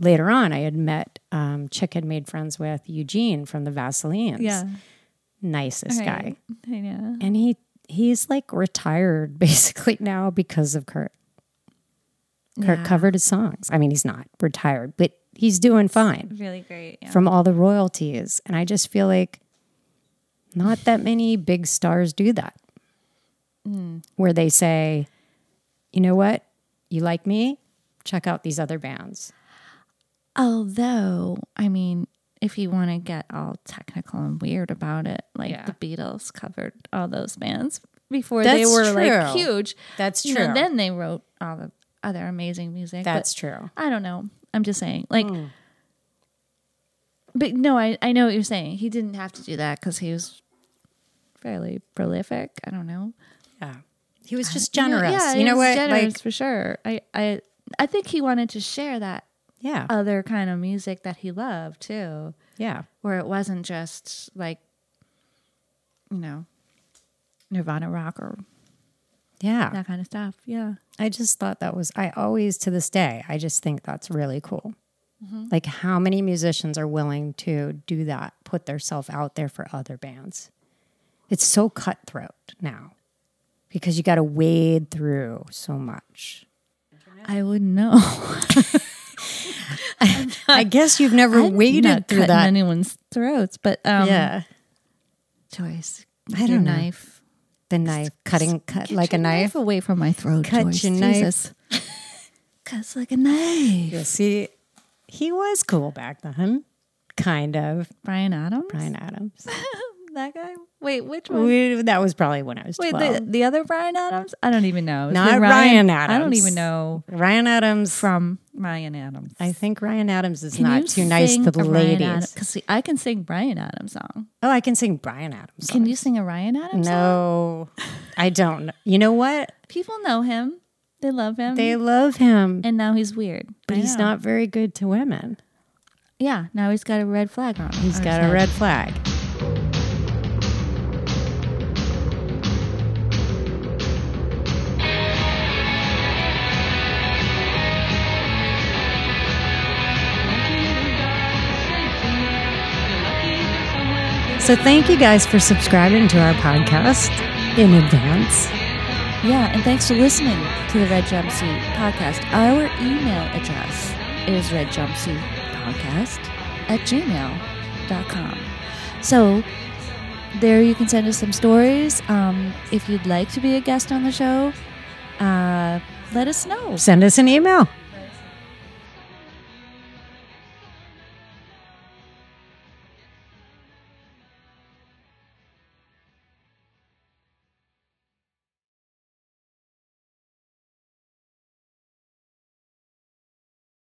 Speaker 2: later on. I had met um, Chick had made friends with Eugene from the Vaseline's.
Speaker 1: Yeah.
Speaker 2: nicest guy.
Speaker 1: I know.
Speaker 2: And he he's like retired basically now because of Kurt. Kurt
Speaker 1: Yeah.
Speaker 2: covered his songs. I mean, he's not retired, but he's doing fine
Speaker 1: Really great. Yeah.
Speaker 2: from all the royalties. And I just feel like not that many big stars do that, where they say, you know what? You like me? Check out these other bands.
Speaker 1: Although, I mean, if you want to get all technical and weird about it, like
Speaker 2: Yeah.
Speaker 1: the Beatles covered all those bands before they
Speaker 2: That's
Speaker 1: were like
Speaker 2: true.
Speaker 1: huge.
Speaker 2: That's
Speaker 1: You know,
Speaker 2: true.
Speaker 1: then they wrote all the other amazing music. but
Speaker 2: That's Hmm. true.
Speaker 1: I don't know. I'm just saying, like, but no, I, I know what you're saying. He didn't have to do that because he was fairly prolific. I don't know.
Speaker 2: Yeah. He was just
Speaker 1: You know,
Speaker 2: generous.
Speaker 1: yeah,
Speaker 2: Uh, you know
Speaker 1: he was
Speaker 2: what?
Speaker 1: Generous
Speaker 2: Like,
Speaker 1: for sure. I, I, I think he wanted to share that
Speaker 2: yeah.
Speaker 1: other kind of music that he loved too,
Speaker 2: yeah.
Speaker 1: where it wasn't just like, you know, Nirvana rock or
Speaker 2: Yeah.
Speaker 1: that kind of stuff. Yeah.
Speaker 2: I just thought that was, I always to this day, I just think that's really cool. Like, how many musicians are willing to do that, put themselves out there for other bands? It's so cutthroat now because you got to wade through so much.
Speaker 1: I wouldn't know.
Speaker 2: I guess you've never
Speaker 1: I'm
Speaker 2: waded
Speaker 1: not
Speaker 2: through
Speaker 1: cutting
Speaker 2: that.
Speaker 1: anyone's throats, but um,
Speaker 2: yeah.
Speaker 1: Joyce,
Speaker 2: I
Speaker 1: I
Speaker 2: don't
Speaker 1: don't
Speaker 2: know.
Speaker 1: knife.
Speaker 2: The knife, cutting cut,
Speaker 1: Get
Speaker 2: like a
Speaker 1: your
Speaker 2: knife.
Speaker 1: away from my throat.
Speaker 2: Cut
Speaker 1: Joyce.
Speaker 2: your knife.
Speaker 1: Jesus. Cuts like a knife.
Speaker 2: Yeah, see, he was cool back then, kind of.
Speaker 1: Brian Adams.
Speaker 2: Brian Adams.
Speaker 1: that guy. Wait, which one?
Speaker 2: We- that was probably when I was
Speaker 1: Wait,
Speaker 2: 12.
Speaker 1: the, the other Brian Adams? I don't even know. It's
Speaker 2: Not
Speaker 1: been
Speaker 2: Ryan
Speaker 1: I don't
Speaker 2: Adams.
Speaker 1: even know
Speaker 2: Ryan Adams
Speaker 1: from Ryan Adams.
Speaker 2: I think Ryan Adams is not too nice to the ladies.
Speaker 1: Because I can sing Brian Adams song.
Speaker 2: Oh, I can sing Brian Adams.
Speaker 1: Can you sing a Ryan Adams? song?
Speaker 2: no, I don't. know. You know what?
Speaker 1: People know him. They love him.
Speaker 2: They love him,
Speaker 1: and now he's weird.
Speaker 2: but
Speaker 1: I
Speaker 2: he's
Speaker 1: know.
Speaker 2: not very good to women.
Speaker 1: Yeah. Now he's got a red flag on.
Speaker 2: He's
Speaker 1: on
Speaker 2: got a
Speaker 1: his head.
Speaker 2: red flag. So thank you guys for subscribing to our podcast in advance.
Speaker 1: Yeah, and thanks for listening to the Red Jumpsuit Podcast. Our email address is redjumpsuitpodcast at gmail.com. So there you can send us some stories. Um, if you'd like to be a guest on the show, uh, let us know.
Speaker 2: Send us an email.